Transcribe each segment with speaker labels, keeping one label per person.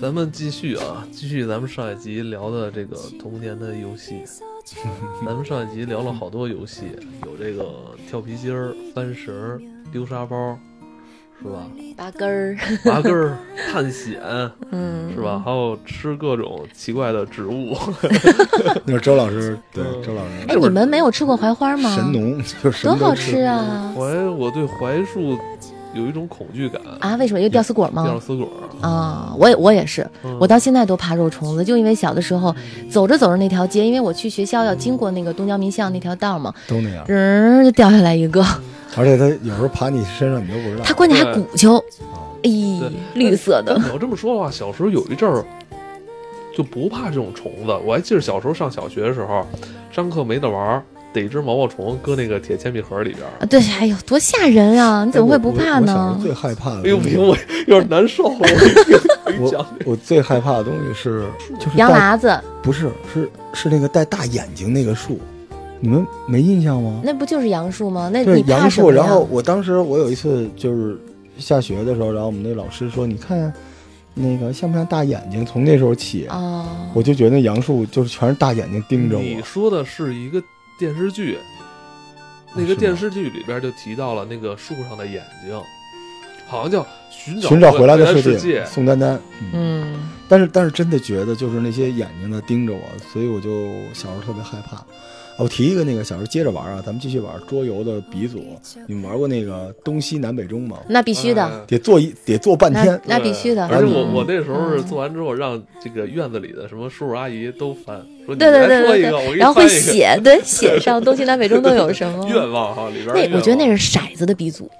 Speaker 1: 咱们继续啊，继续咱们上一集聊的这个童年的游戏。咱们上一集聊了好多游戏，有这个跳皮筋儿、搬绳儿、丢沙包，是 吧？
Speaker 2: 拔根儿，
Speaker 1: 拔根儿、探险，
Speaker 2: 嗯，
Speaker 1: 是吧？？还有吃各种奇怪的植物。
Speaker 3: 那是周老师，对
Speaker 1: 嗯
Speaker 3: 周老师，
Speaker 2: 哎，你们没有吃过槐花吗？
Speaker 3: 神农就是什
Speaker 2: 多
Speaker 3: 么都
Speaker 2: 好吃！啊！
Speaker 1: 槐， 我对槐树有一种恐惧感。
Speaker 2: 啊，为什么？因为吊死果
Speaker 1: 吊
Speaker 2: 吗？
Speaker 1: 死鬼儿，
Speaker 2: 啊，我也我也是，
Speaker 1: 嗯
Speaker 2: 我到现在都怕肉虫子，就因为小的时候
Speaker 3: 嗯
Speaker 2: 走着走着那条街，因为我去学校要经过那个东交民巷那条道嘛，
Speaker 3: 都那样，
Speaker 2: 人儿就掉下来一个，
Speaker 3: 啊而且它有时候爬你身上你都不知道
Speaker 2: 它。关键还
Speaker 1: 对
Speaker 2: 鼓秋，
Speaker 3: 啊
Speaker 2: 咦，绿色的
Speaker 1: 但，你要这么说的话，小时候有一阵儿就不怕这种虫子。我还记得小时候上小学的时候，上课没得玩儿，逮一只毛毛虫搁那个铁铅笔盒里边儿。
Speaker 2: 啊对，哎呦，多吓人啊！你怎么会不怕
Speaker 3: 哎我我我小时候
Speaker 2: 呢？
Speaker 3: 最害怕的
Speaker 1: 哎呦，
Speaker 3: 东
Speaker 1: 不
Speaker 3: 西，
Speaker 1: 行，我有点难受了。我跟你讲
Speaker 3: 我，我最害怕的东西是就是
Speaker 2: 杨
Speaker 3: 带
Speaker 2: 麻子，
Speaker 3: 不是是是那个带大眼睛那个树，你们没印象吗？
Speaker 2: 那不就是杨树吗？那
Speaker 3: 对
Speaker 2: 你怕
Speaker 3: 杨
Speaker 2: 什
Speaker 3: 树，
Speaker 2: 么呀
Speaker 3: 然后我当时我有一次就是下学的时候，然后我们那老师说，你看那个像不像大眼睛？从那时候起，
Speaker 2: 哦，
Speaker 3: 我就觉得杨树就是全是大眼睛盯着
Speaker 1: 你
Speaker 3: 我。
Speaker 1: 说的是一个电视剧，那
Speaker 3: 啊是
Speaker 1: 个
Speaker 3: 吗
Speaker 1: 电视剧里边就提到了那个树上的眼睛，好像叫寻找
Speaker 3: 寻找回来的
Speaker 1: 世
Speaker 3: 世界，宋丹丹。嗯
Speaker 2: 嗯，
Speaker 3: 但是但是真的觉得就是那些眼睛呢盯着我，所以我就小时候特别害怕。啊我提一个那个小时候接着玩啊，咱们继续玩桌游的鼻祖。你们玩过那个东西南北中吗？
Speaker 2: 那必须的。
Speaker 1: 哎
Speaker 3: 得坐一得坐半天，
Speaker 2: 那必须的
Speaker 1: 而且我
Speaker 2: 嗯
Speaker 1: 我那时候是做完之后，让这个院子里的什么叔叔阿姨都翻，说你
Speaker 2: 对对
Speaker 1: 来
Speaker 2: 对
Speaker 1: 说一
Speaker 2: 对
Speaker 1: 个，我
Speaker 2: 对，
Speaker 1: 给你
Speaker 2: 然后会
Speaker 1: 翻一个。
Speaker 2: 写，对，写上东西南北中都有什 么。
Speaker 1: 愿望哈，里边儿愿
Speaker 2: 那
Speaker 1: 望
Speaker 2: 我觉得那是骰子的鼻祖，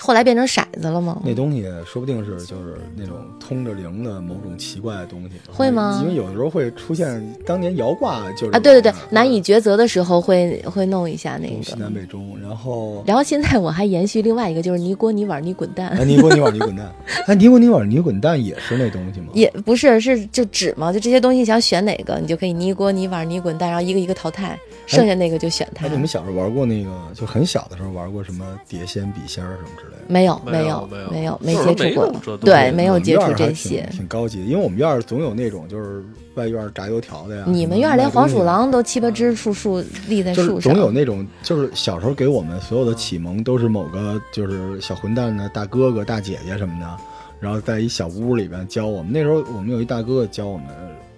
Speaker 2: 后来变成骰子了吗？
Speaker 3: 那东西说不定是就是那种通着灵的某种奇怪的东西，
Speaker 2: 会吗
Speaker 3: 因为有的时候会出现当年摇挂就是
Speaker 2: 啊，对对对，难
Speaker 3: 以
Speaker 2: 以抉择的时候会会弄一下那
Speaker 3: 东西南
Speaker 2: 个。
Speaker 3: 北中，然后
Speaker 2: 然后现在我还延续另外一个，就是你锅你碗你滚蛋，
Speaker 3: 哎尼古尼瓦尼滚蛋，哎尼古尼瓦尼滚蛋也是那东西吗？
Speaker 2: 也不是是就纸嘛，就这些东西想选哪个，你就可以你锅你碗你滚蛋，然后一个一个淘汰，剩下那个就选它
Speaker 3: 哎，。你们小时候玩过那个，就很小的时候玩过什么碟仙、笔仙儿什么之类的？
Speaker 2: 没有
Speaker 1: 没有
Speaker 2: 有
Speaker 1: 没有
Speaker 2: 没
Speaker 1: 那时候
Speaker 2: 接
Speaker 1: 没
Speaker 2: 触
Speaker 1: 有
Speaker 2: 过
Speaker 1: 这，东
Speaker 2: 对
Speaker 1: 西，
Speaker 2: 没有
Speaker 3: 我们
Speaker 2: 接
Speaker 3: 嗯院儿
Speaker 2: 触
Speaker 3: 还
Speaker 2: 这
Speaker 3: 挺
Speaker 2: 些。
Speaker 3: 挺高级。因为我们院儿总有那种就是外院儿炸油条的呀。
Speaker 2: 你们院儿连黄鼠狼都七八只树树立在
Speaker 3: 就
Speaker 2: 树
Speaker 3: 是
Speaker 2: 上，
Speaker 3: 总有那种，就是小时候给我们所有的启蒙都是某个就是小混蛋的大哥哥、大姐姐什么的，然后在一小屋里边教我们。那时候我们有一大哥哥教我们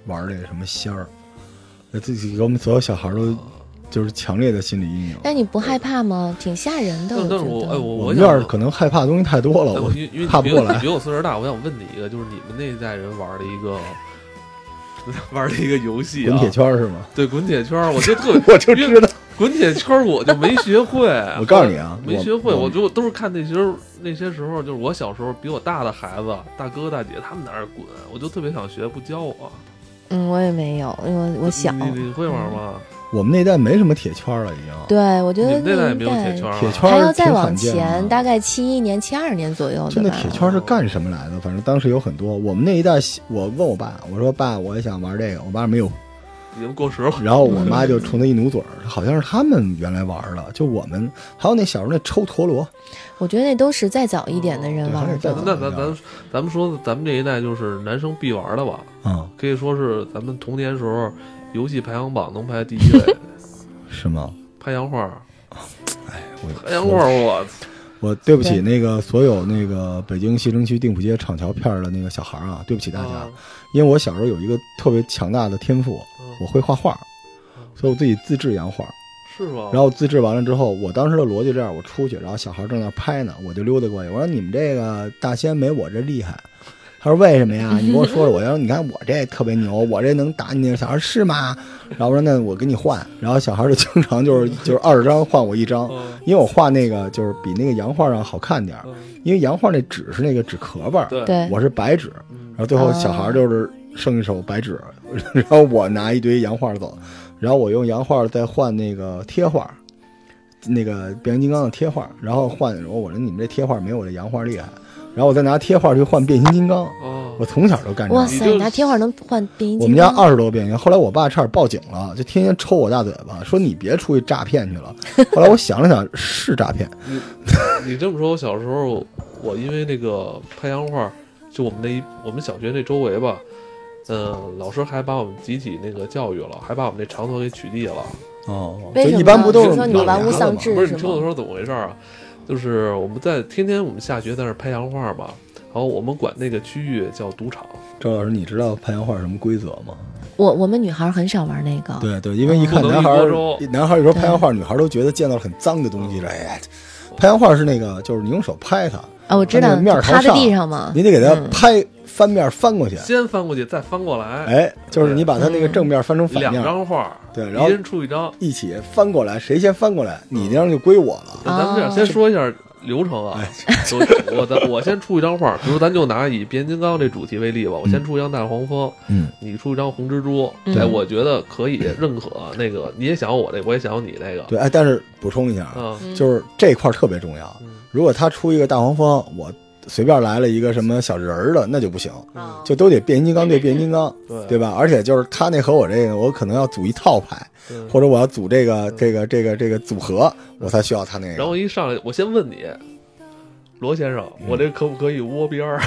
Speaker 3: 玩这个什么仙儿，那自己给我们所有小孩儿都就是强烈的心理阴影。
Speaker 2: 但你不害怕吗？挺吓人的，
Speaker 1: 但但是
Speaker 2: 觉
Speaker 1: 我哎
Speaker 2: 得。
Speaker 1: 我
Speaker 3: 我们
Speaker 1: 想
Speaker 3: 院儿
Speaker 1: 问
Speaker 3: 可能害怕的东西太多了，
Speaker 1: 哎
Speaker 3: 我
Speaker 1: 因为因为
Speaker 3: 怕
Speaker 1: 你
Speaker 3: 不过
Speaker 1: 比
Speaker 3: 来
Speaker 1: 我比我岁数大，我想问你一个，就是你们那一代人玩的一个 玩的一个游戏啊，
Speaker 3: 滚铁圈儿是吗？
Speaker 1: 对滚铁圈儿，我就特别
Speaker 3: 我就知道，。
Speaker 1: 滚铁圈儿我就没学会
Speaker 3: 我告诉你啊
Speaker 1: 哎没
Speaker 3: 我
Speaker 1: 学会，
Speaker 3: 我
Speaker 1: 我就都是看那时候那些时候，就是我小时候比我大的孩子、大哥大姐他们在那儿滚，我就特别想学，不教我。
Speaker 2: 嗯，我也没有，因为我我小。
Speaker 1: 你你会玩吗？
Speaker 3: 我们那代没什么铁圈儿了，已经。
Speaker 2: 嗯对，我觉
Speaker 1: 你们
Speaker 2: 得
Speaker 1: 那代也没有
Speaker 2: 那
Speaker 1: 铁
Speaker 2: 一
Speaker 1: 圈
Speaker 2: 代
Speaker 1: 儿啊，
Speaker 3: 铁圈
Speaker 2: 还
Speaker 3: 儿
Speaker 2: 要再
Speaker 3: 挺
Speaker 2: 往
Speaker 3: 罕见
Speaker 2: 前，
Speaker 3: 的
Speaker 2: 大概七一年、七二年左右
Speaker 3: 就
Speaker 2: 的
Speaker 3: 那
Speaker 2: 吧。
Speaker 3: 铁圈儿是干什么来的？反正当时有很多。我们那一代，我问我爸，我说爸，我也想玩这个。我爸说没有，
Speaker 1: 已经过时了。
Speaker 3: 然后我妈就冲他一努嘴儿，好像是他们原来玩儿了，就我们还有那小时候那抽陀螺，
Speaker 2: 我觉得那都是再早一点的人
Speaker 3: 对
Speaker 2: 玩
Speaker 3: 还
Speaker 2: 的。
Speaker 3: 是再早
Speaker 1: 那咱咱咱们说，咱们这一代就是男生必玩的吧，
Speaker 3: 啊、
Speaker 1: 可以说是咱们童年时候游戏排行榜能排第一位。
Speaker 3: 是吗？
Speaker 1: 拍洋画儿，拍
Speaker 3: 我
Speaker 1: 洋画
Speaker 3: 我
Speaker 1: 儿，哎我
Speaker 3: 我对不
Speaker 2: 对
Speaker 3: 起那个所有那个北京西城区定府街厂桥片儿的那个小孩儿啊，对不起大家，
Speaker 1: 啊
Speaker 3: 因为我小时候有一个特别强大的天赋，
Speaker 1: 嗯
Speaker 3: 我会画画，所以我自己自制洋画。
Speaker 1: 是吗？
Speaker 3: 然后自制完了之后，我当时的逻辑这样：我出去，然后小孩正那拍呢，我就溜达过去，我说你们这个大仙没我这厉害。他说为什么呀？你跟我说说。我要说你看我这特别牛，我这能打你那个小孩是吗？然后我说那我跟你换。然后小孩就经常就是就是二十张换我一张，
Speaker 1: 嗯
Speaker 3: 因为我画那个就是比那个洋画上好看点儿，
Speaker 1: 嗯
Speaker 3: 因为洋画那纸是那个纸壳吧，
Speaker 1: 对，
Speaker 2: 对，
Speaker 3: 我是白纸。
Speaker 1: 嗯
Speaker 3: 然后最后小
Speaker 2: 啊
Speaker 3: 孩就是剩一手白纸， 然后我拿一堆洋画走，然后我用洋画再换那个贴画，那个变形金刚的贴画，然后换我我说你们这贴画没有我这洋画厉害，然后我再拿贴画去换变形金刚，
Speaker 1: 哦
Speaker 3: 我，从小就干这
Speaker 2: 哇
Speaker 3: 个。
Speaker 2: 塞，
Speaker 1: 你就
Speaker 2: 你拿贴画能换变形
Speaker 3: 我
Speaker 2: 金
Speaker 3: 们家
Speaker 2: 刚？
Speaker 3: 二十多个变形，后来我爸差点报警了，就天天抽我大嘴巴，说你别出去诈骗去了。后来我想了想，是诈骗，
Speaker 1: 你这么说，我小时候我因为那个拍洋画儿就我们那一我们小学那周围吧，嗯、老师还把我们集体那个教育了，还把我们那长头给取缔了。
Speaker 3: 哦，
Speaker 2: 为
Speaker 3: 就
Speaker 2: 什么
Speaker 3: 一般
Speaker 2: 呢
Speaker 3: 不都
Speaker 2: 你
Speaker 3: 是
Speaker 2: 说你
Speaker 3: 弄
Speaker 2: 玩物
Speaker 3: 牙的
Speaker 2: 丧
Speaker 3: 吗
Speaker 2: 志
Speaker 1: 不是
Speaker 2: 是
Speaker 1: 你听我
Speaker 2: 吗
Speaker 1: 说怎么回事儿啊？就是我们在天天我们下学在那儿拍洋画嘛，然后我们管那个区域叫赌场。
Speaker 3: 周老师，你知道拍洋画什么规则吗？
Speaker 2: 我我们女孩儿很少玩那个，
Speaker 1: 啊
Speaker 3: 对对，因为一看
Speaker 1: 不能
Speaker 3: 男孩
Speaker 1: 一锅粥
Speaker 3: 儿，男孩儿有时候拍洋画，女孩儿都觉得见到了很脏的东西了。哎呀，
Speaker 1: 嗯
Speaker 3: 拍洋画是那个，就是你用手拍它，
Speaker 2: 啊，我知
Speaker 3: 它那
Speaker 2: 道，
Speaker 3: 个面儿
Speaker 2: 就趴
Speaker 3: 朝
Speaker 2: 在
Speaker 3: 上
Speaker 2: 地上嘛，
Speaker 3: 你得给它
Speaker 2: 嗯
Speaker 3: 拍翻面翻过去。
Speaker 1: 先翻过去，再翻过来，
Speaker 3: 哎，就是你把它那个正面翻成反
Speaker 1: 两
Speaker 3: 面，
Speaker 1: 张画，
Speaker 3: 对然后
Speaker 1: 一人出一张。
Speaker 3: 一起翻过来，谁先翻过来，
Speaker 1: 嗯
Speaker 3: 你那张就归我了。哎
Speaker 1: 咱们这样
Speaker 2: 哦
Speaker 1: 先说一下流程啊。我我咱我先出一张画，比如咱就拿以变形金刚这主题为例吧，我先出一张大黄蜂，
Speaker 3: 嗯，
Speaker 1: 你出一张红蜘蛛，
Speaker 2: 嗯
Speaker 1: 哎，我觉得可以认可。那个你也想我这，我也想你那个，
Speaker 3: 对。哎，但是补充一下，
Speaker 1: 嗯，
Speaker 3: 就是这块儿特别重要。
Speaker 1: 嗯
Speaker 3: 如果他出一个大黄蜂，我随便来了一个什么小人儿的，那就不行，
Speaker 1: 嗯
Speaker 2: 哦
Speaker 3: 就都得变形金刚对变形金刚，
Speaker 1: 对
Speaker 3: 对吧？而且就是他那和我这个，我可能要组一套牌，
Speaker 1: 嗯
Speaker 3: 或者我要组这个这个这个这个组合，我才需要他那
Speaker 1: 然
Speaker 3: 个。
Speaker 1: 后一上来，我先问你，罗先生，
Speaker 3: 嗯
Speaker 1: 我这可不可以窝边 儿？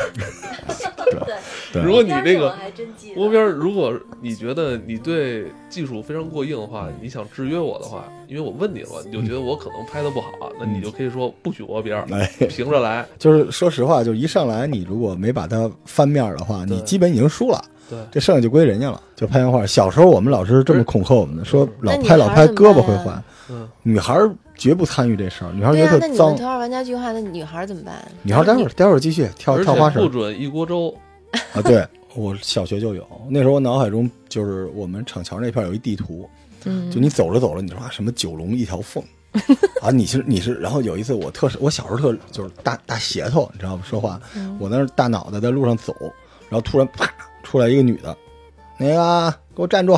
Speaker 3: 对
Speaker 1: 如果你这个
Speaker 2: 还真记
Speaker 1: 窝边儿，如果你觉得你对技术非常过硬的话，你想制约我的话，因为我问你了，你就觉得我可能拍的不好，那你就可以说不许窝边儿，
Speaker 3: 嗯哎，
Speaker 1: 平着 来。
Speaker 3: 就是说实话，就是一上来你如果没把它翻面儿的话，
Speaker 1: 对
Speaker 3: 你基本已经输了，
Speaker 1: 对，
Speaker 3: 这剩下就归人家了。就拍洋画，小时候我们老师这么恐吓我们的，说老拍老拍胳膊会坏，
Speaker 1: 嗯，
Speaker 3: 女孩儿绝不参与这事儿，女孩儿
Speaker 2: 对
Speaker 3: 觉
Speaker 2: 啊，
Speaker 3: 得
Speaker 2: 那
Speaker 3: 特
Speaker 2: 你们
Speaker 3: 脏。
Speaker 2: 头号玩家计划，那女孩儿怎么办？
Speaker 3: 女孩儿待会儿
Speaker 2: 你
Speaker 3: 待会儿继续跳
Speaker 1: 而
Speaker 3: 跳花
Speaker 1: 且不
Speaker 3: 绳
Speaker 1: 准一锅粥。
Speaker 3: 啊！对我小学就有，那时候我脑海中就是我们厂桥那片儿有一地图，
Speaker 2: 嗯，
Speaker 3: 就你走着走着，你说啊什么九龙一条凤啊，你是你是，然后有一次我特我小时候特就是大大舌头，你知道吗？说话，我那儿大脑袋在路上走，然后突然啪出来一个女的，那个给我站住，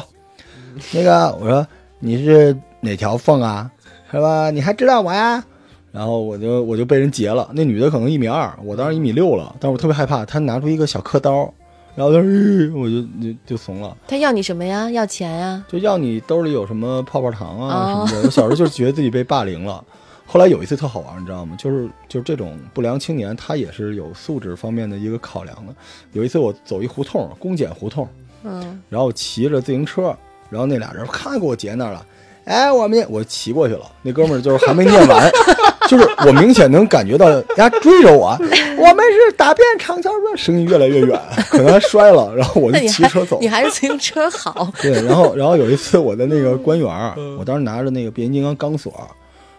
Speaker 3: 那个我说你是哪条凤啊？是吧？你还知道我呀？然后我就我就被人截了，那女的可能一米二，我当时一米六了，但是我特别害怕，她拿出一个小刻刀，然后她、呃我就就就怂了。
Speaker 2: 他要你什么呀？要钱啊呀？
Speaker 3: 就要你兜里有什么泡泡糖啊
Speaker 2: 哦
Speaker 3: 什么的。我小时候就觉得自己被霸凌了，后来有一次特好玩，你知道吗？就是就是这种不良青年，他也是有素质方面的一个考量的。有一次我走一胡同，公检胡同，
Speaker 2: 嗯，
Speaker 3: 然后骑着自行车，然后那俩人咔给我截那儿了。哎，我们我骑过去了，那哥们儿就是还没念完，就是我明显能感觉到呀追着我，我们是打遍长桥的，声音越来越远，可能还摔了，然后我
Speaker 2: 那
Speaker 3: 就
Speaker 2: 你
Speaker 3: 骑
Speaker 2: 还
Speaker 3: 车走 了
Speaker 2: 你。还是自行车
Speaker 3: 。
Speaker 2: 好
Speaker 3: 对，然后然后有一次我在那
Speaker 2: 嗯
Speaker 3: 个官园儿，我当时拿着那个变形金刚钢索，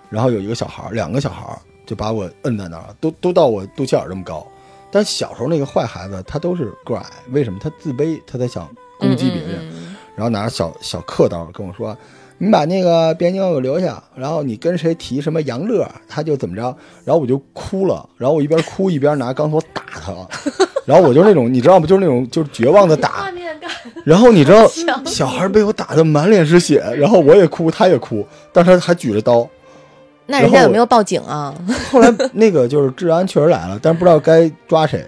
Speaker 3: 然后有一个小孩儿，两个小孩儿就把我摁在那儿了，都都到我肚脐眼儿这么高。但小时候那个坏孩子，他都是个矮，为什么？他自卑，他才想攻击别人。
Speaker 2: 嗯嗯嗯
Speaker 3: 然后拿着小小刻刀跟我说：“你把那个变形金刚给我留下，然后你跟谁提什么杨乐，他就怎么着。”然后我就哭了，然后我一边哭一边拿钢索打他， 然后我就是那种你知道吗？就是那种就是绝望的打。然后 你知道小孩被我打的满脸是血，然后我也哭，他也哭，但是他还举着 刀。
Speaker 2: 那人家
Speaker 3: 然后
Speaker 2: 有没有报警 啊？
Speaker 3: 后来那个就是治安确实来了，但是不知道该 抓谁，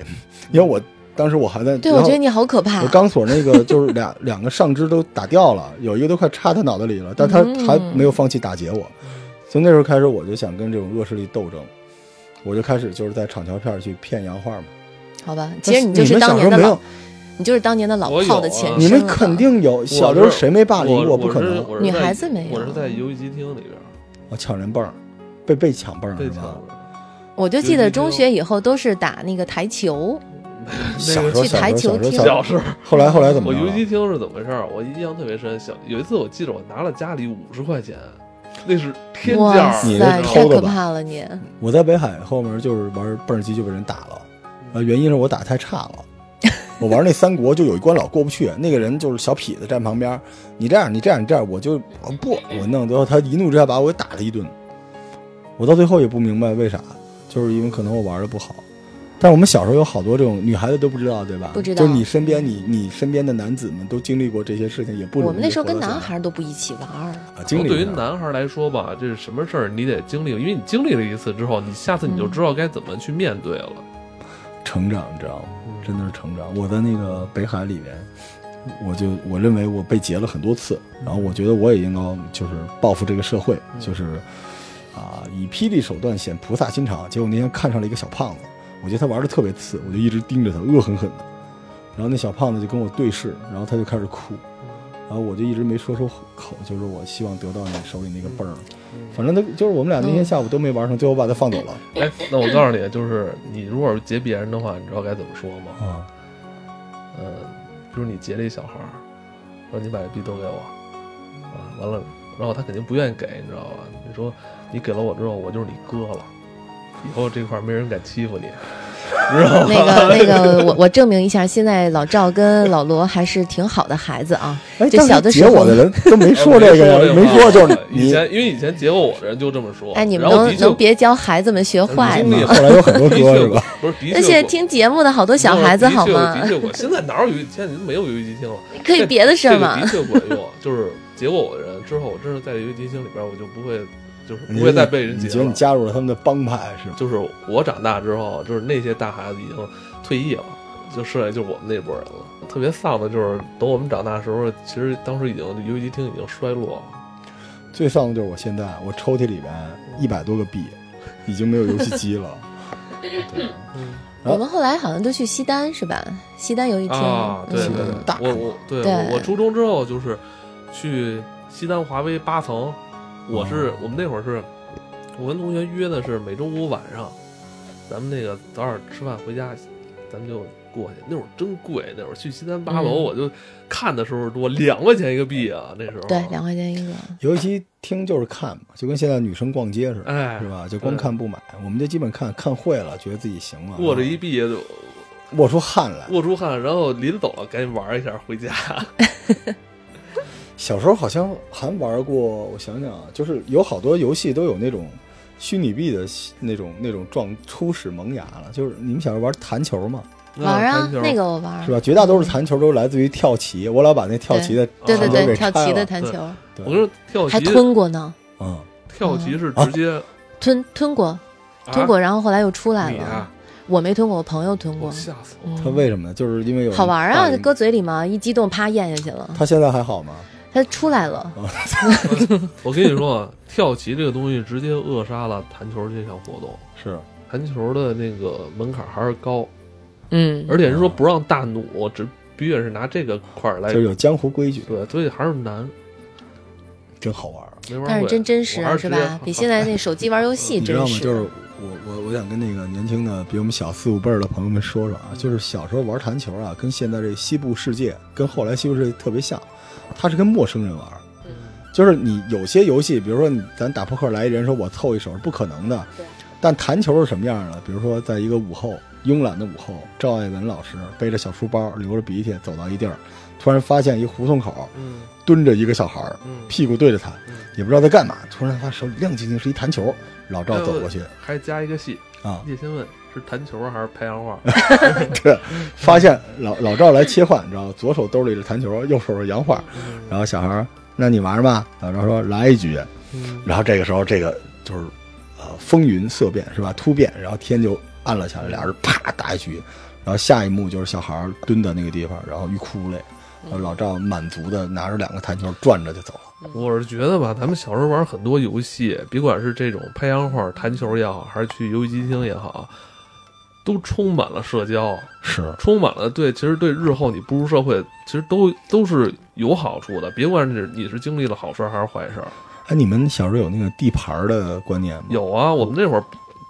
Speaker 3: 因为我当时我还在。
Speaker 2: 对，
Speaker 3: 然
Speaker 2: 我
Speaker 3: 后
Speaker 2: 觉得你好可怕
Speaker 3: 我。钢索那个就是俩两 个上肢都打掉了，有一个都快插他脑袋里了，但他
Speaker 2: 嗯
Speaker 3: 还没有放弃打劫我。从那时候开始，我就想跟这种恶势力斗争，我就开始就是在厂桥片儿去骗洋画嘛。
Speaker 2: 好吧，其
Speaker 3: 但
Speaker 2: 实
Speaker 3: 是
Speaker 2: 你就是
Speaker 3: 们
Speaker 2: 当
Speaker 3: 小时
Speaker 2: 年
Speaker 3: 候
Speaker 2: 的
Speaker 3: 没
Speaker 2: 老
Speaker 3: 有，，
Speaker 2: 你就是当年的老
Speaker 1: 我有
Speaker 2: 炮的
Speaker 1: 啊
Speaker 2: 前身了吧。
Speaker 3: 你们肯定有。小时候谁没霸凌
Speaker 1: 我
Speaker 3: 过？
Speaker 1: 我
Speaker 3: 不可能
Speaker 1: 是，我是
Speaker 2: 女
Speaker 1: 在
Speaker 2: 孩子没有
Speaker 1: 我是在游戏机厅里边儿
Speaker 3: 我抢人泵儿，被被抢泵儿
Speaker 1: 被
Speaker 3: 是
Speaker 1: 抢
Speaker 3: 吧？
Speaker 1: 了。
Speaker 2: 我就记得中学以后都是打那个台球，
Speaker 3: 小时候，
Speaker 2: 去
Speaker 3: 小
Speaker 2: 台
Speaker 3: 时
Speaker 2: 球
Speaker 3: 候，小时
Speaker 2: 厅
Speaker 3: 候，
Speaker 1: 小
Speaker 3: 小时
Speaker 1: 时候，
Speaker 3: 候。后来后来怎么
Speaker 1: 我
Speaker 3: 着啊
Speaker 1: 游戏
Speaker 3: 了？
Speaker 1: 机厅是怎么回事儿？我印象特别深。小有一次，我记得我拿了家里五十块钱，那是天价
Speaker 2: 哇
Speaker 1: 儿，
Speaker 3: 你
Speaker 1: 知道吗
Speaker 2: 塞，太
Speaker 3: 这偷
Speaker 2: 可
Speaker 3: 的吧
Speaker 2: 怕了你！
Speaker 3: 我在北海后面就是玩蹦儿机就被人打了，
Speaker 1: 嗯
Speaker 3: 呃，原因是我打太差了。我玩那三国就有一关老过不去，那个人就是小痞子站旁边儿，你这样你这样你这样，我就我不我弄，最后他一怒之下把我给打了一顿。我到最后也不明白为啥，就是因为可能我玩的不好。但是我们小时候有好多这种女孩子都不知道，对吧？
Speaker 2: 不知道
Speaker 3: 就是你身边你你身边的男子们都经历过这些事情，也不容易
Speaker 2: 我们那时候跟
Speaker 3: 活到
Speaker 2: 男
Speaker 3: 现在
Speaker 2: 孩儿都不一起玩 儿，
Speaker 3: 啊经历
Speaker 1: 哦对于
Speaker 3: 过
Speaker 1: 男孩儿来说吧，这是什么事儿你得经历，因为你经历了一次之后，你下次你就知道该怎么去面对了。
Speaker 3: 成长，你知道吗？真的是成长。我在那个北海里面，我就我认为我被劫了很多次，然后我觉得我也应该就是报复这个社会，就是啊、以霹雳手段显菩萨心肠。结果那天看上了一个小胖子，我觉得他玩的特别次，我就一直盯着他，恶狠狠的。然后那小胖子就跟我对视，然后他就开始哭，然后我就一直没说出口，就是我希望得到你手里那个泵儿。反正他就是我们俩那天下午都没玩成，最后把他放走了。
Speaker 1: 哎，那我告诉你，就是你如果是截别人的话，你知道该怎么说吗？
Speaker 3: 啊，
Speaker 1: 嗯，比如你截了一小孩儿，说你把这逼都给我，啊，完了，然后他肯定不愿意给，你知道吧？你说你给了我之后，我就是你哥了，以后这块儿没人敢欺负你，知道吗？
Speaker 2: 那个那个，我我证明一下，现在老赵跟老罗还是挺好的孩子啊。
Speaker 3: 哎，
Speaker 2: 这
Speaker 3: 但是
Speaker 2: 小的时
Speaker 3: 截
Speaker 2: 候
Speaker 3: 我 的人都
Speaker 1: 哎
Speaker 3: 没说这个呀，没说就是
Speaker 1: 以
Speaker 3: 你。
Speaker 1: 前，因为以前截过我的人就这么说。
Speaker 2: 哎，你们
Speaker 1: 然后
Speaker 2: 能
Speaker 1: 的确
Speaker 2: 能别教孩子们学坏
Speaker 1: 经
Speaker 2: 吗
Speaker 1: 历？
Speaker 3: 后来有很 多
Speaker 1: 的确
Speaker 3: 歌是吧？？
Speaker 1: 不是，的确
Speaker 2: 那现在听节目的好多小孩子好吗
Speaker 1: 的？确有，的确有现在哪有游戏？现在没有游戏机厅了。
Speaker 2: 可以别的事儿吗
Speaker 1: 这？个的确管用，就是截过我的人之后，我真是在游戏机厅里边，我就不会，就是不会再被人
Speaker 3: 你
Speaker 1: 截
Speaker 3: 觉得你
Speaker 1: 了。
Speaker 3: 加入了他们的帮派是吧？
Speaker 1: 就是我长大之后，就是那些大孩子已经退役了，就剩下就是我们那波人了。特别丧的就是，等我们长大的时候，其实当时已经游戏机厅已经衰落了。
Speaker 3: 最丧的就是我现在，我抽屉里边一百多个币，已经没有游戏机了。
Speaker 2: 我们后来好像都去西单是吧？西单游戏厅，
Speaker 1: 啊，对
Speaker 2: 嗯
Speaker 1: 对对，
Speaker 3: 大
Speaker 1: 我我对
Speaker 2: 对
Speaker 1: 我我初中之后就是去西单华威八层，我是、
Speaker 3: 哦
Speaker 1: 我们那会儿是，我跟同学约的是每周五晚上，咱们那个早点吃饭回家，咱们就过去。那会儿真贵，那会儿去西单八楼
Speaker 2: 嗯
Speaker 1: 我就看的时候多，两块钱一个币啊，那时候
Speaker 2: 对，两块钱一个，
Speaker 3: 游戏机厅就是看嘛，就跟现在女生逛街似的，
Speaker 1: 哎
Speaker 3: 是吧？就光看不买，我们就基本看看会了，觉得自己行了，啊
Speaker 1: 握着一币也就
Speaker 3: 握出汗来。
Speaker 1: 握出汗，然后临走了赶紧玩一下回家。
Speaker 3: 小时候好像还玩过，我想想啊，就是有好多游戏都有那种虚拟币的那种那种撞初始萌芽了。就是你们小时候玩弹球嘛，
Speaker 2: 玩啊
Speaker 1: 弹球，
Speaker 2: 那个我玩
Speaker 3: 是。吧？绝大多数弹球都来自于跳棋，我老把那跳棋的
Speaker 2: 对对
Speaker 3: 弹球
Speaker 2: 对，
Speaker 3: 给
Speaker 2: 跳
Speaker 3: 拆
Speaker 2: 棋的
Speaker 3: 了。
Speaker 2: 弹球，
Speaker 3: 对
Speaker 1: 我跟你说跳
Speaker 2: 还
Speaker 1: 棋，
Speaker 2: 吞哦过呢，
Speaker 3: 嗯，
Speaker 1: 跳棋是直接
Speaker 2: 吞吞过，吞
Speaker 1: 啊
Speaker 2: 过，然后后来又出来
Speaker 1: 你
Speaker 2: 了
Speaker 1: 啊。
Speaker 2: 我没吞过，我朋友吞
Speaker 1: 我
Speaker 2: 过。
Speaker 1: 吓死我了。
Speaker 2: 嗯
Speaker 3: 他为什么呢？就是因为有人
Speaker 2: 好玩啊
Speaker 3: 霸，凌
Speaker 2: 搁嘴里嘛，一激动啪咽下去了，
Speaker 3: 他现在还好吗？
Speaker 2: 它出来了。
Speaker 1: 我跟你说啊，跳棋这个东西直接扼杀了弹球这项活动。
Speaker 3: 是，
Speaker 1: 弹球的那个门槛还是高，
Speaker 2: 嗯，
Speaker 1: 而且是说不让大弩，只必须是拿这个块儿来
Speaker 3: 就是。有江湖规矩，
Speaker 1: 对，所以还是难，
Speaker 3: 真好玩。
Speaker 1: 没玩
Speaker 2: 但是
Speaker 1: 会
Speaker 2: 真真实啊
Speaker 1: 我还
Speaker 2: 是
Speaker 1: 直接
Speaker 2: 吧？比现在那手机玩游戏
Speaker 3: 你知道
Speaker 2: 真
Speaker 3: 吗？
Speaker 2: 实。
Speaker 3: 就是我我我想跟那个年轻的比我们小四五辈儿的朋友们说说啊，就是小时候玩弹球啊，跟现在这西部世界跟后来西部世界特别像，它是跟陌生人玩。就是你有些游戏，比如说你咱打扑克来一人说我凑一手是不可能的
Speaker 2: 对，
Speaker 3: 但弹球是什么样的？比如说在一个午后，慵懒的午后，赵爱文老师背着小书包，流着鼻涕走到一地儿，突然发现一胡同口
Speaker 1: 嗯
Speaker 3: 蹲着一个小孩儿，
Speaker 1: 嗯，
Speaker 3: 屁股对着他
Speaker 1: 嗯，
Speaker 3: 也不知道在干嘛，突然他手里亮晶晶是一弹球，老赵走过去
Speaker 1: 还加一个戏，
Speaker 3: 啊，
Speaker 1: 叶先问是弹球还是拍洋画？
Speaker 3: 发现老老赵来切换，你知道吗左手兜里是弹球，右手是洋画，
Speaker 2: 嗯
Speaker 3: 然后小孩儿，那你玩吧，老赵说来一局，
Speaker 1: 嗯
Speaker 3: 然后这个时候这个就是呃风云色变是吧，突变，然后天就暗了下来，俩人啪打一局，然后下一幕就是小孩儿蹲在那个地方，然后欲哭无泪，然后老赵满足的拿着两个弹球转着就走了。
Speaker 1: 我是觉得吧，咱们小时候玩很多游戏，别管是这种拍洋画、弹球也好，还是去游戏机厅也好，都充满了社交。
Speaker 3: 是，
Speaker 1: 充满了对，其实对日后你步入社会，其实都都是有好处的。别管你你是经历了好事儿还是坏事儿，
Speaker 3: 哎，你们小时候有那个地盘儿的观念吗？
Speaker 1: 有啊。我们那会儿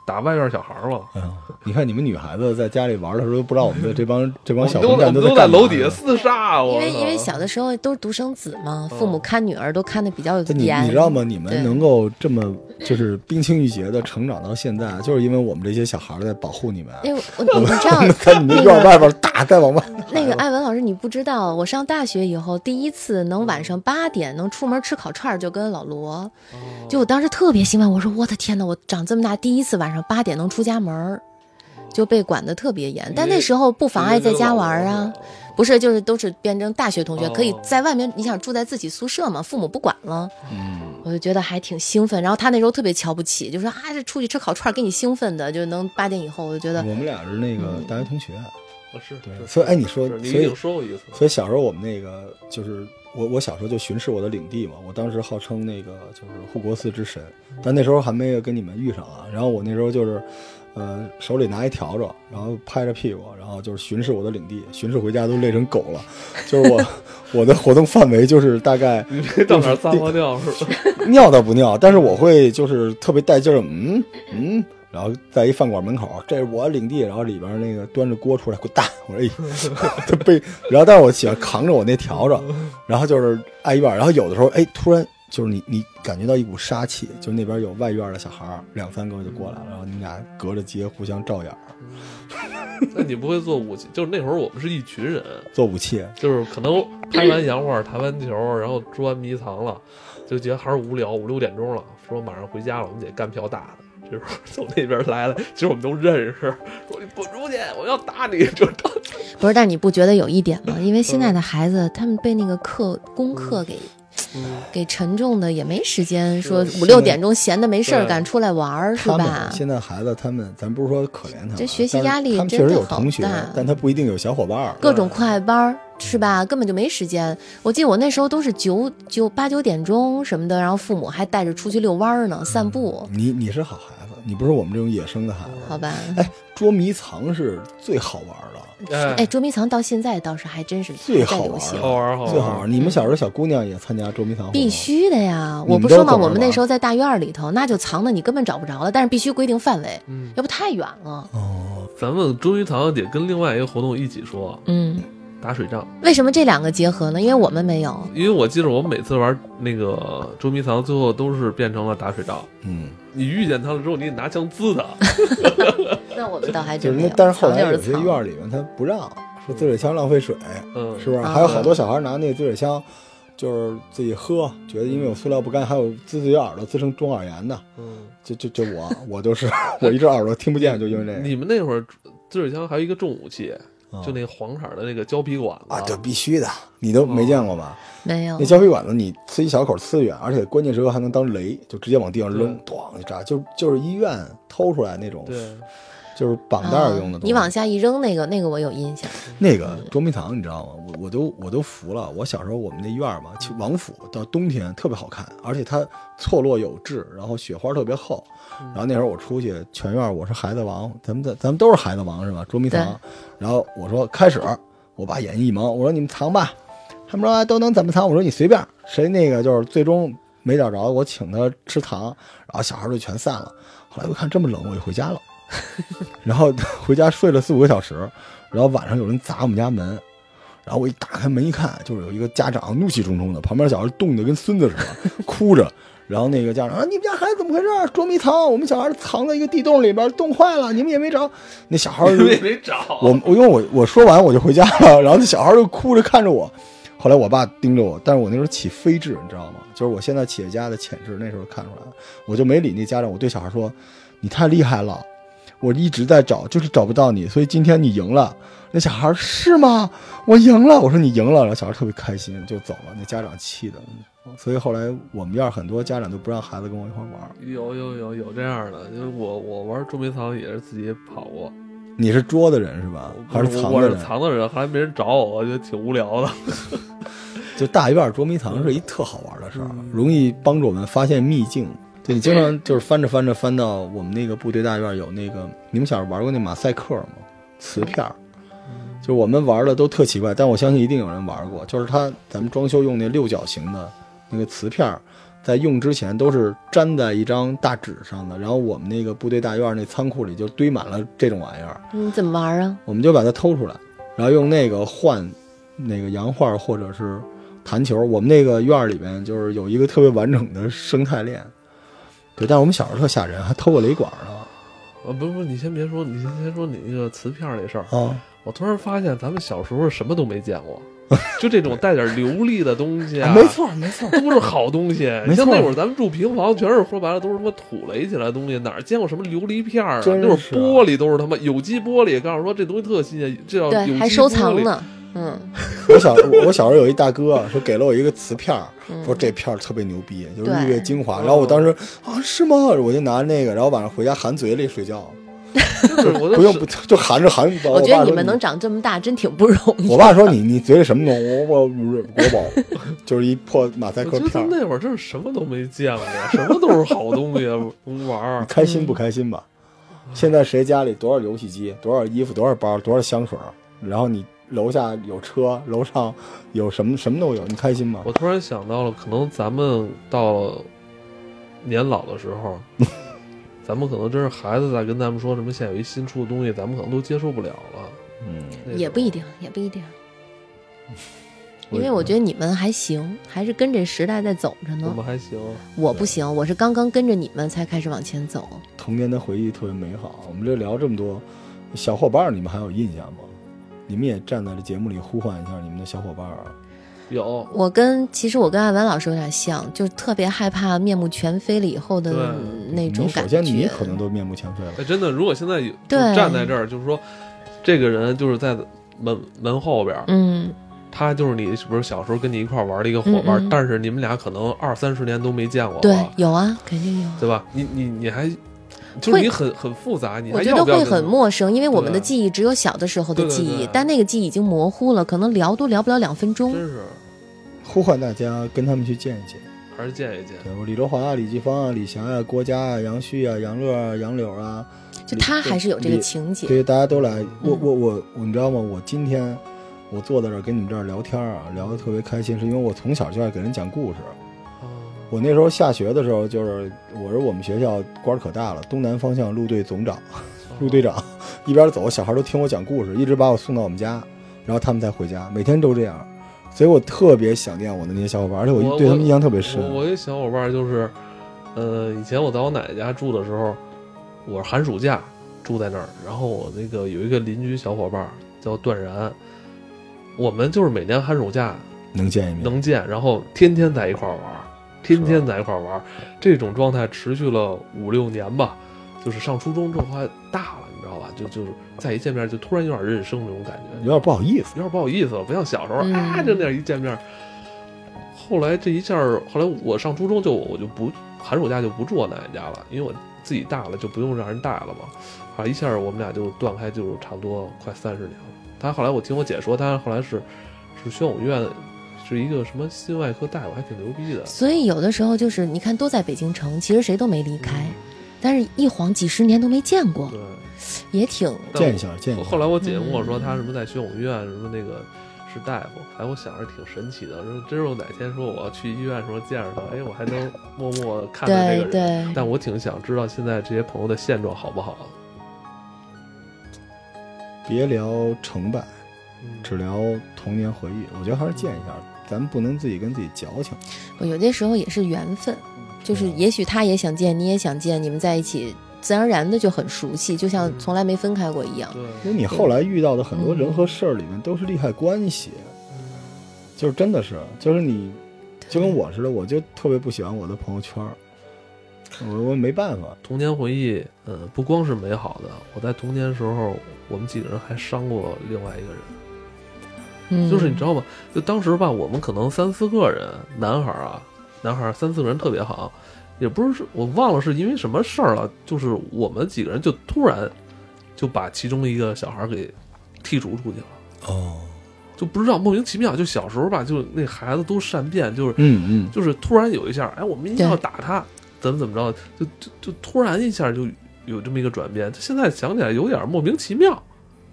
Speaker 1: 打外院小孩儿嘛，
Speaker 3: 哎呦，你看你们女孩子在家里玩的时候，都不知道我们的这帮这
Speaker 1: 我
Speaker 3: 帮
Speaker 1: 们
Speaker 3: 小
Speaker 1: 都
Speaker 3: 混
Speaker 1: 我
Speaker 3: 蛋
Speaker 1: 们
Speaker 3: 在
Speaker 1: 都在
Speaker 3: 干嘛
Speaker 1: 楼底下
Speaker 3: 呢
Speaker 1: 厮杀。我
Speaker 2: 因为
Speaker 1: 操
Speaker 2: 因为小的时候都是独生子嘛，
Speaker 1: 嗯
Speaker 2: 父母看女儿都看的比较
Speaker 3: 这你
Speaker 2: 严。
Speaker 3: 你知道吗？你
Speaker 2: 对
Speaker 3: 们能够这么就是冰清玉洁的成长到现在，就是因为我们这些小孩儿在保护你们。
Speaker 2: 因为哎我你知道
Speaker 3: 我们在你们院外边打，再往外
Speaker 2: 那个艾文老师，你不知道，我上大学以后第一次能晚上八点能出门吃烤串儿，就跟老罗，就我当时特别兴奋，我说我的天呐，我长这么大第一次晚上八点能出家门儿，就被管得特别严。但那时候不妨碍在家玩儿啊，不是，就是都是变成大学同学，
Speaker 1: 哦
Speaker 2: 可以在外面，你想住在自己宿舍嘛，父母不管了，
Speaker 3: 嗯，
Speaker 2: 我就觉得还挺兴奋。然后他那时候特别瞧不起，就说啊，这出去吃烤串儿给你兴奋的，就能八点以后，我就觉得
Speaker 3: 我们俩是那
Speaker 2: 嗯
Speaker 3: 个大学同学，
Speaker 1: 啊是，
Speaker 3: 对
Speaker 1: 是
Speaker 3: 所以哎你说
Speaker 1: 是你已
Speaker 3: 所以
Speaker 1: 经说过一次，
Speaker 3: 所以小时候我们那个就是我我小时候就巡视我的领地嘛，我当时号称那个就是护国寺之神，但那时候还没有跟你们遇上啊。然后我那时候就是，呃，手里拿一笤帚，然后拍着屁股，然后就是巡视我的领地，巡视回家都累成狗了。就是我 我的活动范围就是大概
Speaker 1: 你这到哪儿撒泡尿是吧？
Speaker 3: 尿倒不尿，但是我会就是特别带劲儿，嗯嗯，然后在一饭馆门口，这是我领地，然后里边那个端着锅出来，滚蛋！我说哎， 他背，然后但是我喜欢扛着我那笤帚，然后就是挨一半，然后有的时候哎，突然就是你你感觉到一股杀气，就那边有外院的小孩儿两三个就过来了，然后你俩隔着街互相照眼儿，
Speaker 1: 那你不会做武器？就是那会儿我们是一群人，
Speaker 3: 做武器，
Speaker 1: 就是可能拍完洋画、弹完球，然后捉完迷藏了，就觉得还是无聊，五六点钟了，说马上回家了，我们得干票大的。这时候 从那边来了，其实我们都认识，说你滚出去，我要打你，就到
Speaker 2: 不是，但你不觉得有一点
Speaker 3: 嗯
Speaker 2: 吗？因为现在的孩子，他们被那个课功课给
Speaker 3: 嗯
Speaker 2: 给沉重的，也没时间说
Speaker 1: 是
Speaker 2: 五六点钟闲的没事儿
Speaker 1: 对
Speaker 2: 干出来玩儿，是
Speaker 3: 他们
Speaker 2: 吧？
Speaker 3: 现在孩子他们，咱不是说可怜他们，啊
Speaker 2: 这学习压力真
Speaker 3: 但是他们确
Speaker 2: 的
Speaker 3: 实有
Speaker 2: 好
Speaker 3: 同学
Speaker 2: 大，
Speaker 3: 但他不一定有小伙伴儿。
Speaker 2: 各种课外班儿是吧？根本就没时间。我记得我那时候都是九九八九点钟什么的，然后父母还带着出去遛弯
Speaker 3: 嗯
Speaker 2: 儿呢，散步，
Speaker 3: 你你是好孩子，你不是我们这种野生的孩子。
Speaker 2: 好吧？
Speaker 3: 哎，捉迷藏是最好玩儿的，
Speaker 2: 哎，捉迷藏到现在倒是还真是
Speaker 3: 最
Speaker 2: 在
Speaker 3: 好
Speaker 2: 流
Speaker 3: 玩
Speaker 2: 行
Speaker 3: 儿。
Speaker 1: 好玩好玩
Speaker 3: 最好玩儿。你们小时候小姑娘也参加捉迷藏
Speaker 2: 嗯
Speaker 3: 活动
Speaker 2: 必
Speaker 3: 吗，
Speaker 2: 须的呀！
Speaker 3: 你
Speaker 2: 我
Speaker 3: 们
Speaker 2: 不
Speaker 3: 都
Speaker 2: 说嘛，
Speaker 3: 怎么
Speaker 2: 我们那
Speaker 3: 玩
Speaker 2: 时候在大院儿里头，那就藏的你根本找不着了，但是必须规定范围，
Speaker 1: 嗯，
Speaker 2: 要不太远了。
Speaker 3: 哦，
Speaker 1: 咱们捉迷藏得跟另外一个活动一起说，
Speaker 2: 嗯，
Speaker 1: 打水仗。
Speaker 2: 为什么这两个结合呢？因为我们没有。
Speaker 1: 因为我记得我每次玩那个捉迷藏，最后都是变成了打水仗。
Speaker 3: 嗯，
Speaker 1: 你遇见他了之后，你得拿枪滋他。
Speaker 2: 那我们倒还
Speaker 3: 就
Speaker 2: 真
Speaker 3: 是
Speaker 2: 没
Speaker 3: 那
Speaker 2: 有，，
Speaker 3: 但是后来
Speaker 2: 藏就
Speaker 3: 有
Speaker 2: 是
Speaker 3: 些
Speaker 2: 藏
Speaker 3: 院儿里面他不让，说自水枪浪费水，
Speaker 1: 嗯，
Speaker 3: 是不是？
Speaker 2: 啊
Speaker 3: 还有好多小孩拿那个自水枪，就是自己喝，觉得因为有塑料不干净，还有滋自己耳朵滋成中耳炎的。
Speaker 1: 嗯，
Speaker 3: 就就就我，我就是 我一只耳朵听不见，就因为这个。
Speaker 1: 你们那会儿自水枪还有一个重武器，
Speaker 3: 啊
Speaker 1: 就那黄色儿的那个胶皮管子。
Speaker 3: 啊，这必须的，你都没见过吧？
Speaker 2: 没有
Speaker 3: 那。胶皮管子你呲一小口呲远，而且关键时刻还能当雷，就直接往地上扔，咣就炸，就就是医院偷出来那种，
Speaker 1: 对，
Speaker 3: 就是绑带儿用的东
Speaker 2: 啊
Speaker 3: 西。
Speaker 2: 你往下一扔，那个那个我有印象。
Speaker 3: 那个捉迷藏，你知道吗？我我都我都服了。我小时候我们那院儿嘛，去王府到冬天特别好看，而且它错落有致，然后雪花特别厚。然后那时候我出去，全院儿我是孩子王，咱们在咱们都是孩子王是吧？捉迷藏。然后我说开始，我把眼睛一蒙，我说你们藏吧。他们说、啊都能怎么藏？我说你随便，谁那个就是最终没找着，我请他吃糖，然后小孩儿就全散了。后来我看这么冷，我就回家了。然后 回家睡了四五个小时，然后晚上有人砸我们家门，然后我一打开门一看，就是有一个家长怒气冲冲的，旁边小孩冻得跟孙子似的， 哭着。然后那个家长啊，你们家孩子怎么回事？捉迷藏，我们小孩藏在一个地洞里边，冻坏了，你们也没找。那小 孩
Speaker 1: 因为没找。啊
Speaker 3: 我我因为我我说完我就回家了，然后那小孩就哭着看着我。后来我爸盯着我，但是我那时候起飞智，你知道吗？就是我现在企业家的潜质，那时候看出来了，我就没理那家长。我对小孩说：“你太厉害了，我一直在找，就是找不到你，所以今天你赢了。”那小孩是吗？我赢了。我说你赢了，然后小孩特别开心就走了。那家长气的，所以后来我们院儿很多家长都不让孩子跟我一块玩儿。
Speaker 1: 有有有有这样的，就是我我玩捉迷藏也是自己跑过，
Speaker 3: 你是捉的人是吧？还是
Speaker 1: 我
Speaker 3: 藏
Speaker 1: 我
Speaker 3: 的
Speaker 1: 是
Speaker 3: 人？
Speaker 1: 藏的人，还没人找我，我觉得挺无聊的。
Speaker 3: 就大院捉迷藏是一特好玩的事儿，容易帮助我们发现秘境。对你经常就是翻着翻着翻到我们那个部队大院有那个，你们小时候玩过那马赛克吗？瓷片儿，就我们玩的都特奇怪，但我相信一定有人玩过。就是它咱们装修用那六角形的那个瓷片儿，在用之前都是粘在一张大纸上的，然后我们那个部队大院那仓库里就堆满了这种玩意儿。
Speaker 2: 你怎么玩儿啊？
Speaker 3: 我们就把它偷出来，然后用那个换那个洋画或者是弹球。我们那个院儿里边就是有一个特别完整的生态链，对。但是我们小时候特吓人，还偷过雷管呢
Speaker 1: 啊，不是不是，你先别说，你先先说你那个瓷片儿那事儿。
Speaker 3: 啊！
Speaker 1: 我突然发现咱们小时候什么都没见 过，就这种带点流利的东西啊，
Speaker 3: 没错，没
Speaker 2: 嗯
Speaker 3: 错。
Speaker 1: 都是好东西。
Speaker 3: 没
Speaker 1: 像
Speaker 3: 错
Speaker 1: 那会儿咱们住平房，全是说白了都是他妈土垒起来的东西，哪儿见过什么琉璃片儿啊？
Speaker 3: 真是
Speaker 1: 那会儿玻璃都是他妈有机玻璃，告诉说这东西特新鲜，这叫有机
Speaker 2: 对，
Speaker 1: 玻璃
Speaker 2: 还收藏。呢。嗯，
Speaker 3: 我小我我小时候有一大哥说给了我一个瓷片儿，说这片儿特别牛逼，就是日月精华。然后我当时啊是吗？我就拿那个，然后晚上回家含嘴里睡觉，
Speaker 1: 就是我
Speaker 3: 不用不就含着含。
Speaker 2: 我
Speaker 3: 我
Speaker 2: 觉
Speaker 3: 爸
Speaker 2: 得你
Speaker 3: 说
Speaker 2: 们能长这么大真挺不容易。
Speaker 3: 我爸说你你嘴里什么东西？我我我国宝，就是一破马赛
Speaker 1: 我
Speaker 3: 克
Speaker 1: 觉得
Speaker 3: 片
Speaker 1: 咱
Speaker 3: 儿。
Speaker 1: 那会儿真是什么都没见过，什么都是好东西，能玩
Speaker 3: 你
Speaker 1: 儿。
Speaker 3: 开心不开心吧？
Speaker 1: 嗯
Speaker 3: 现在谁家里多少游戏机、多少衣服、多少包、多少香水儿，然后你楼下有车，楼上有什么什么都有，你开心吗？
Speaker 1: 我突然想到了，可能咱们到年老的时 候，咱们可能真是孩子在跟咱们说什么现在有一新出的东西，咱们可能都接受不了了。
Speaker 3: 嗯，
Speaker 1: 那
Speaker 2: 也
Speaker 1: 种
Speaker 2: 不一定，也不一定，因为
Speaker 3: 我
Speaker 2: 我觉得你们还行，还是跟这时代在走着
Speaker 1: 我
Speaker 2: 呢。
Speaker 1: 们还行，
Speaker 2: 我不行，我是刚刚跟着你们才开始往前走。
Speaker 3: 童年的回忆特别美好。我们这聊这么多，小伙伴儿你们还有印象吗？你们也站在这节目里呼唤一下你们的小伙伴儿啊。
Speaker 1: 有
Speaker 2: 我跟其实我跟艾文老师有点像，就是特别害怕面目全非了以后的
Speaker 1: 对
Speaker 2: 那种
Speaker 3: 你
Speaker 2: 感
Speaker 3: 首
Speaker 2: 觉。
Speaker 3: 先你可能都面目全非了。
Speaker 1: 哎，真的，如果现在有就
Speaker 2: 对
Speaker 1: 站在这儿，就是说，这个人就是在门门后边儿，
Speaker 2: 嗯，
Speaker 1: 他就是你，比如小时候跟你一块儿玩的一个伙伴儿，
Speaker 2: 嗯嗯
Speaker 1: 但是你们俩可能二三十年都没见过
Speaker 2: 对
Speaker 1: 了，，
Speaker 2: 有啊，肯定有啊。
Speaker 1: 对吧？你你你还就是
Speaker 2: 会
Speaker 1: 你很很复杂，你
Speaker 2: 我
Speaker 1: 还
Speaker 2: 觉
Speaker 1: 要
Speaker 2: 得
Speaker 1: 不要
Speaker 2: 会
Speaker 1: 跟
Speaker 2: 很陌生，因为我们的
Speaker 1: 对啊
Speaker 2: 记忆只有小的时候的
Speaker 1: 对对
Speaker 2: 记忆，
Speaker 1: 对
Speaker 2: 但那个记忆已经模糊了，可能聊都聊不了两分钟。
Speaker 1: 真是
Speaker 3: 呼唤大家跟他们去见一见。
Speaker 1: 还是见一见。
Speaker 3: 对我李罗华啊、李继芳啊、李霞啊、郭嘉啊、杨旭啊、杨乐啊、杨柳啊，
Speaker 2: 就他还是有这个
Speaker 3: 理
Speaker 2: 情节，
Speaker 3: 对，大家都来。我
Speaker 2: 嗯
Speaker 3: 我我我，你知道吗？我今天我坐在这儿跟你们这儿聊天儿啊，聊得特别开心，是因为我从小就爱给人讲故事。
Speaker 1: 哦
Speaker 3: 我那时候下学的时候，就是我是我们学校官儿可大了，东南方向路队总长、路队，长，一边走小孩都听我讲故事，一直把我送到我们家，然后他们才回家，每天都这样。所以我特别想念我的那些小伙伴，而且
Speaker 1: 我
Speaker 3: 我对他们
Speaker 1: 我
Speaker 3: 印象特别深。
Speaker 1: 我我一小伙伴儿就是，呃，以前我在我奶奶家住的时候，我寒暑假住在那儿，然后我那个有一个邻居小伙伴儿叫段然，我们就是每年寒暑假
Speaker 3: 能见一面，
Speaker 1: 能见，然后天天在一块儿玩儿，天天在一块儿玩儿，这种状态持续了五六年吧，就是上初中之后还大了，你知道吧？就就是再一见面就突然有点认生那种感觉
Speaker 3: 有，点不好意思。
Speaker 1: 有点不好意思了，不像小时候、
Speaker 2: 嗯
Speaker 1: 啊，就那样一见面。后来这一下儿，后来我上初中就我就不寒暑假就不住我奶奶家了，因为我自己大了就不用让人带了嘛。啊，一下儿我们俩就断开，就是差不多快三十年了。他后来我听我姐说，他后来是是宣武院是一个什么心外科大夫，还挺牛逼的。
Speaker 2: 所以有的时候就是你看都在北京城，其实谁都没离开，但是一晃几十年都没见过，
Speaker 1: 嗯对，
Speaker 2: 也挺
Speaker 1: 但
Speaker 3: 见一下，见一
Speaker 1: 我
Speaker 3: 下。
Speaker 1: 后来我姐跟我
Speaker 2: 嗯
Speaker 1: 说，她什么在宣武医院什么那个是大夫，哎，我想着挺神奇的，说真是我哪天说我要去医院的时候见着他，哎，我还能默默看着这
Speaker 2: 对
Speaker 1: 个人。
Speaker 2: 对。
Speaker 1: 但我挺想知道现在这些朋友的现状好不好。
Speaker 3: 别聊成败，
Speaker 1: 嗯
Speaker 3: 只聊童年回忆。我觉得还是见一下，咱们不能自己跟自己矫情。
Speaker 2: 我有的时候也是缘分，
Speaker 1: 嗯
Speaker 2: 就是也许他也想见，你也想见，你们在一起，自然而然的就很熟悉，
Speaker 1: 嗯
Speaker 2: 就像从来没分开过一样。
Speaker 3: 因
Speaker 1: 对，
Speaker 3: 为你后来遇到的很多人和事儿里面都是利害关系，
Speaker 1: 嗯
Speaker 3: 就是真的是，就是你就跟我似的，我就特别不喜欢我的朋友圈儿，我我没办法。
Speaker 1: 童年回忆，呃，不光是美好的，我在童年时候，我们几个人还伤过另外一个人。
Speaker 2: 嗯，
Speaker 1: 就是你知道吗？就当时吧，我们可能三四个人，男孩儿啊，男孩儿三四个人特别好，也不是我忘了是因为什么事儿了，就是我们几个人就突然就把其中一个小孩儿给剔除出去了，
Speaker 3: 哦，
Speaker 1: 就不知道莫名其妙，就小时候吧，就那孩子都善变，就是
Speaker 3: 嗯嗯，
Speaker 1: 就是突然有一下，哎，我们一定要
Speaker 2: 对
Speaker 1: 打他，怎么怎么着，就就就突然一下就有这么一个转变，现在想起来有点莫名其妙。
Speaker 2: 嗯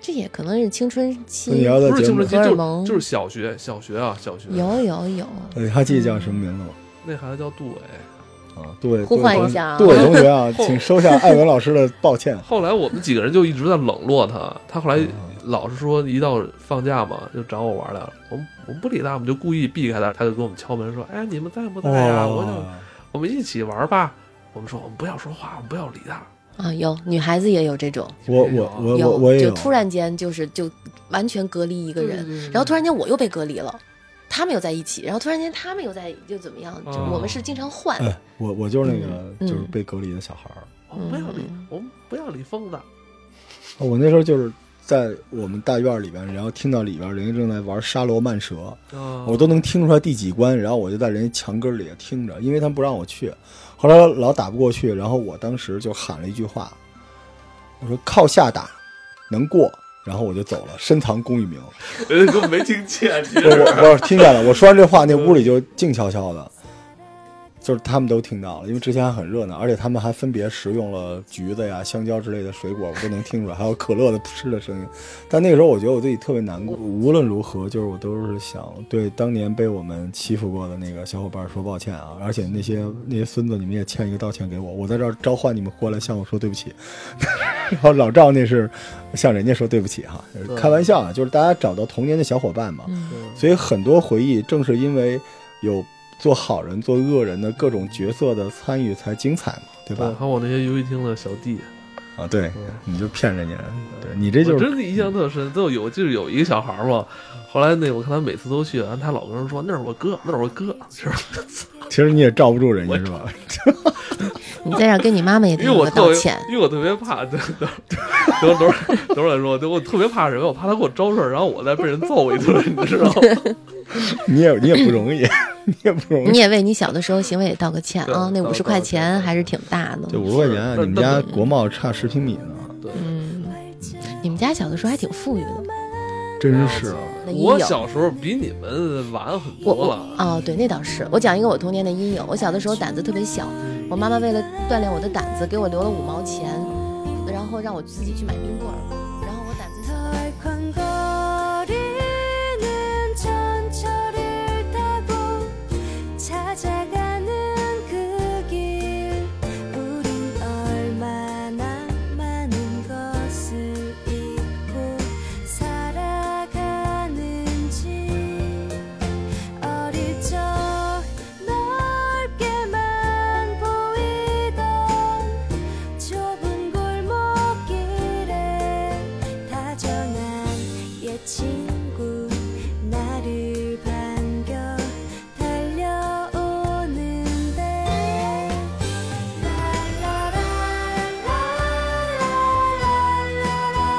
Speaker 2: 这也可能是青春期
Speaker 3: 那你要在
Speaker 1: 不是
Speaker 3: 节
Speaker 1: 青
Speaker 3: 目
Speaker 1: 春，期，
Speaker 2: 荷尔
Speaker 1: 就
Speaker 2: 蒙
Speaker 1: 就是小学，小学啊，小学。
Speaker 2: 有有有，
Speaker 3: 呃你还记得叫什么名字吗？
Speaker 1: 那孩子叫杜伟。
Speaker 3: 啊，杜伟，
Speaker 2: 呼唤
Speaker 3: 杜伟
Speaker 2: 一下啊
Speaker 3: 同学杜伟同学 啊，
Speaker 1: 后
Speaker 3: 请收下艾文老师的抱歉。
Speaker 1: 后来我们几个人就一直在冷落他，他后来
Speaker 3: 嗯
Speaker 1: 老是说一到放假嘛就找我玩来了，我们我们不理他，我们就故意避开他，他就跟我们敲门说：“哎，你们在不在呀、我想
Speaker 3: 哦，
Speaker 1: 我们一起玩吧。”我们说我们不要说话，我们不要理他。
Speaker 2: 啊，有女孩子也有这种，
Speaker 3: 我我我我我也
Speaker 2: 就
Speaker 3: 有
Speaker 2: 突然间就是就完全隔离一个人，
Speaker 1: 对对对
Speaker 2: 然后突然间我又被隔离了，他们又在一起，然后突然间他们又在又怎么样？就
Speaker 1: 哦
Speaker 2: 我们是经常换，
Speaker 3: 哎，我我就是那个
Speaker 2: 嗯
Speaker 3: 就是被隔离的小孩儿。
Speaker 1: 我们不要理
Speaker 2: 嗯，
Speaker 1: 我们不要理疯子。
Speaker 3: 啊我那时候就是在我们大院里边，然后听到里边人家正在玩沙罗曼蛇，
Speaker 1: 啊
Speaker 3: 我都能听出来第几关，然后我就在人家墙根儿里听着，因为他们不让我去，后来老打不过去，然后我当时就喊了一句话，我说靠下打，能过。然后我就走了，深藏功与名。
Speaker 1: 人家 根本没听见，其
Speaker 3: 我
Speaker 1: 实
Speaker 3: 我我听见了，我说完这话，那屋里就静悄悄的。就是他们都听到了，因为之前还很热闹，而且他们还分别食用了橘子呀、香蕉之类的水果，我都能听出来，还有可乐的噗嗤的声音。但那个时候，我觉得我自己特别难过。无论如何，就是我都是想对当年被我们欺负过的那个小伙伴说抱歉啊，而且那些那些孙子，你们也欠一个道歉给我。我在这儿召唤你们过来向我说对不起。然后老赵那是向人家说对不起哈，就是开玩笑啊，就是大家找到童年的小伙伴嘛。
Speaker 2: 嗯
Speaker 3: 所以很多回忆正是因为有做好人、做恶人的各种角色的参与才精彩嘛，对
Speaker 1: 对，
Speaker 3: 吧？
Speaker 1: 还有我那些游戏厅的小弟，
Speaker 3: 啊，对
Speaker 1: 嗯，
Speaker 3: 你就骗人家，对你这就
Speaker 1: 我
Speaker 3: 是
Speaker 1: 真的印象特深。就有就是有一个小孩儿嘛，后来那我看他每次都去，然后他老跟人说那是我哥，那是我哥，是吧？
Speaker 3: 其实你也罩不住人家是吧？
Speaker 2: 你在这儿跟你妈妈也得
Speaker 1: 因为
Speaker 2: 有
Speaker 1: 我
Speaker 2: 个
Speaker 1: 特
Speaker 2: 道
Speaker 1: 别
Speaker 2: 歉，，
Speaker 1: 因为我特别怕，等等等会儿等会儿说，就我特别怕什么？我怕他给我招事儿，然后我再被人揍一顿，你知道吗？
Speaker 3: 你也你也不容易， 你也不容易。
Speaker 2: 你也为你小的时候行为也道个歉啊。
Speaker 1: 对
Speaker 2: 那
Speaker 1: 道
Speaker 2: 五十
Speaker 1: 道
Speaker 2: 块
Speaker 1: 歉道
Speaker 2: 钱
Speaker 1: 歉
Speaker 2: 还是挺大的。
Speaker 3: 这五十块钱啊，
Speaker 1: 那
Speaker 3: 你们家国贸差十平米呢，
Speaker 1: 对，
Speaker 2: 嗯，你们家小的时候还挺富裕的。
Speaker 3: 真是啊。
Speaker 2: 那也
Speaker 1: 我
Speaker 2: 有
Speaker 1: 小时候比你们晚很多
Speaker 2: 我我
Speaker 1: 了。
Speaker 2: 哦，对，那倒是。我讲一个我童年的阴影。我小的时候胆子特别小，我妈妈为了锻炼我的胆子，给我留了五毛钱，然后让我自己去买冰棍儿。然后我胆子小，
Speaker 4: 덜컹거리는 전철을 타고 찾아가는 그 길 우린 얼마나 많은 것을 잊고 살아가는지 어릴 적 넓게만 보이던 좁은 골목길에 다정한 옛 친구 나를 반겨 달려오는데 라라라라라라라라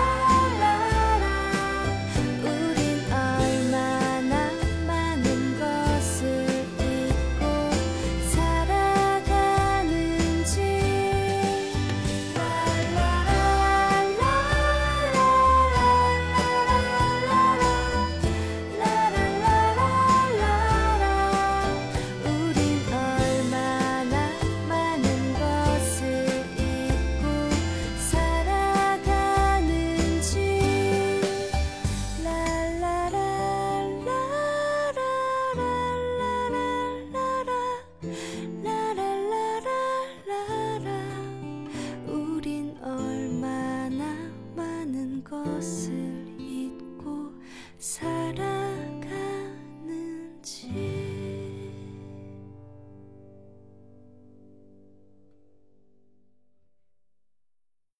Speaker 4: 라라라 우린 얼마나 많은 것을 잊고 살아가는지 라라라라라라라라라라라라라 우린 얼마나 많은 것을 잊고 살아가는지 라라라라라라라라라 라라라라라라 우린 얼마나 많은 것을 잊고 살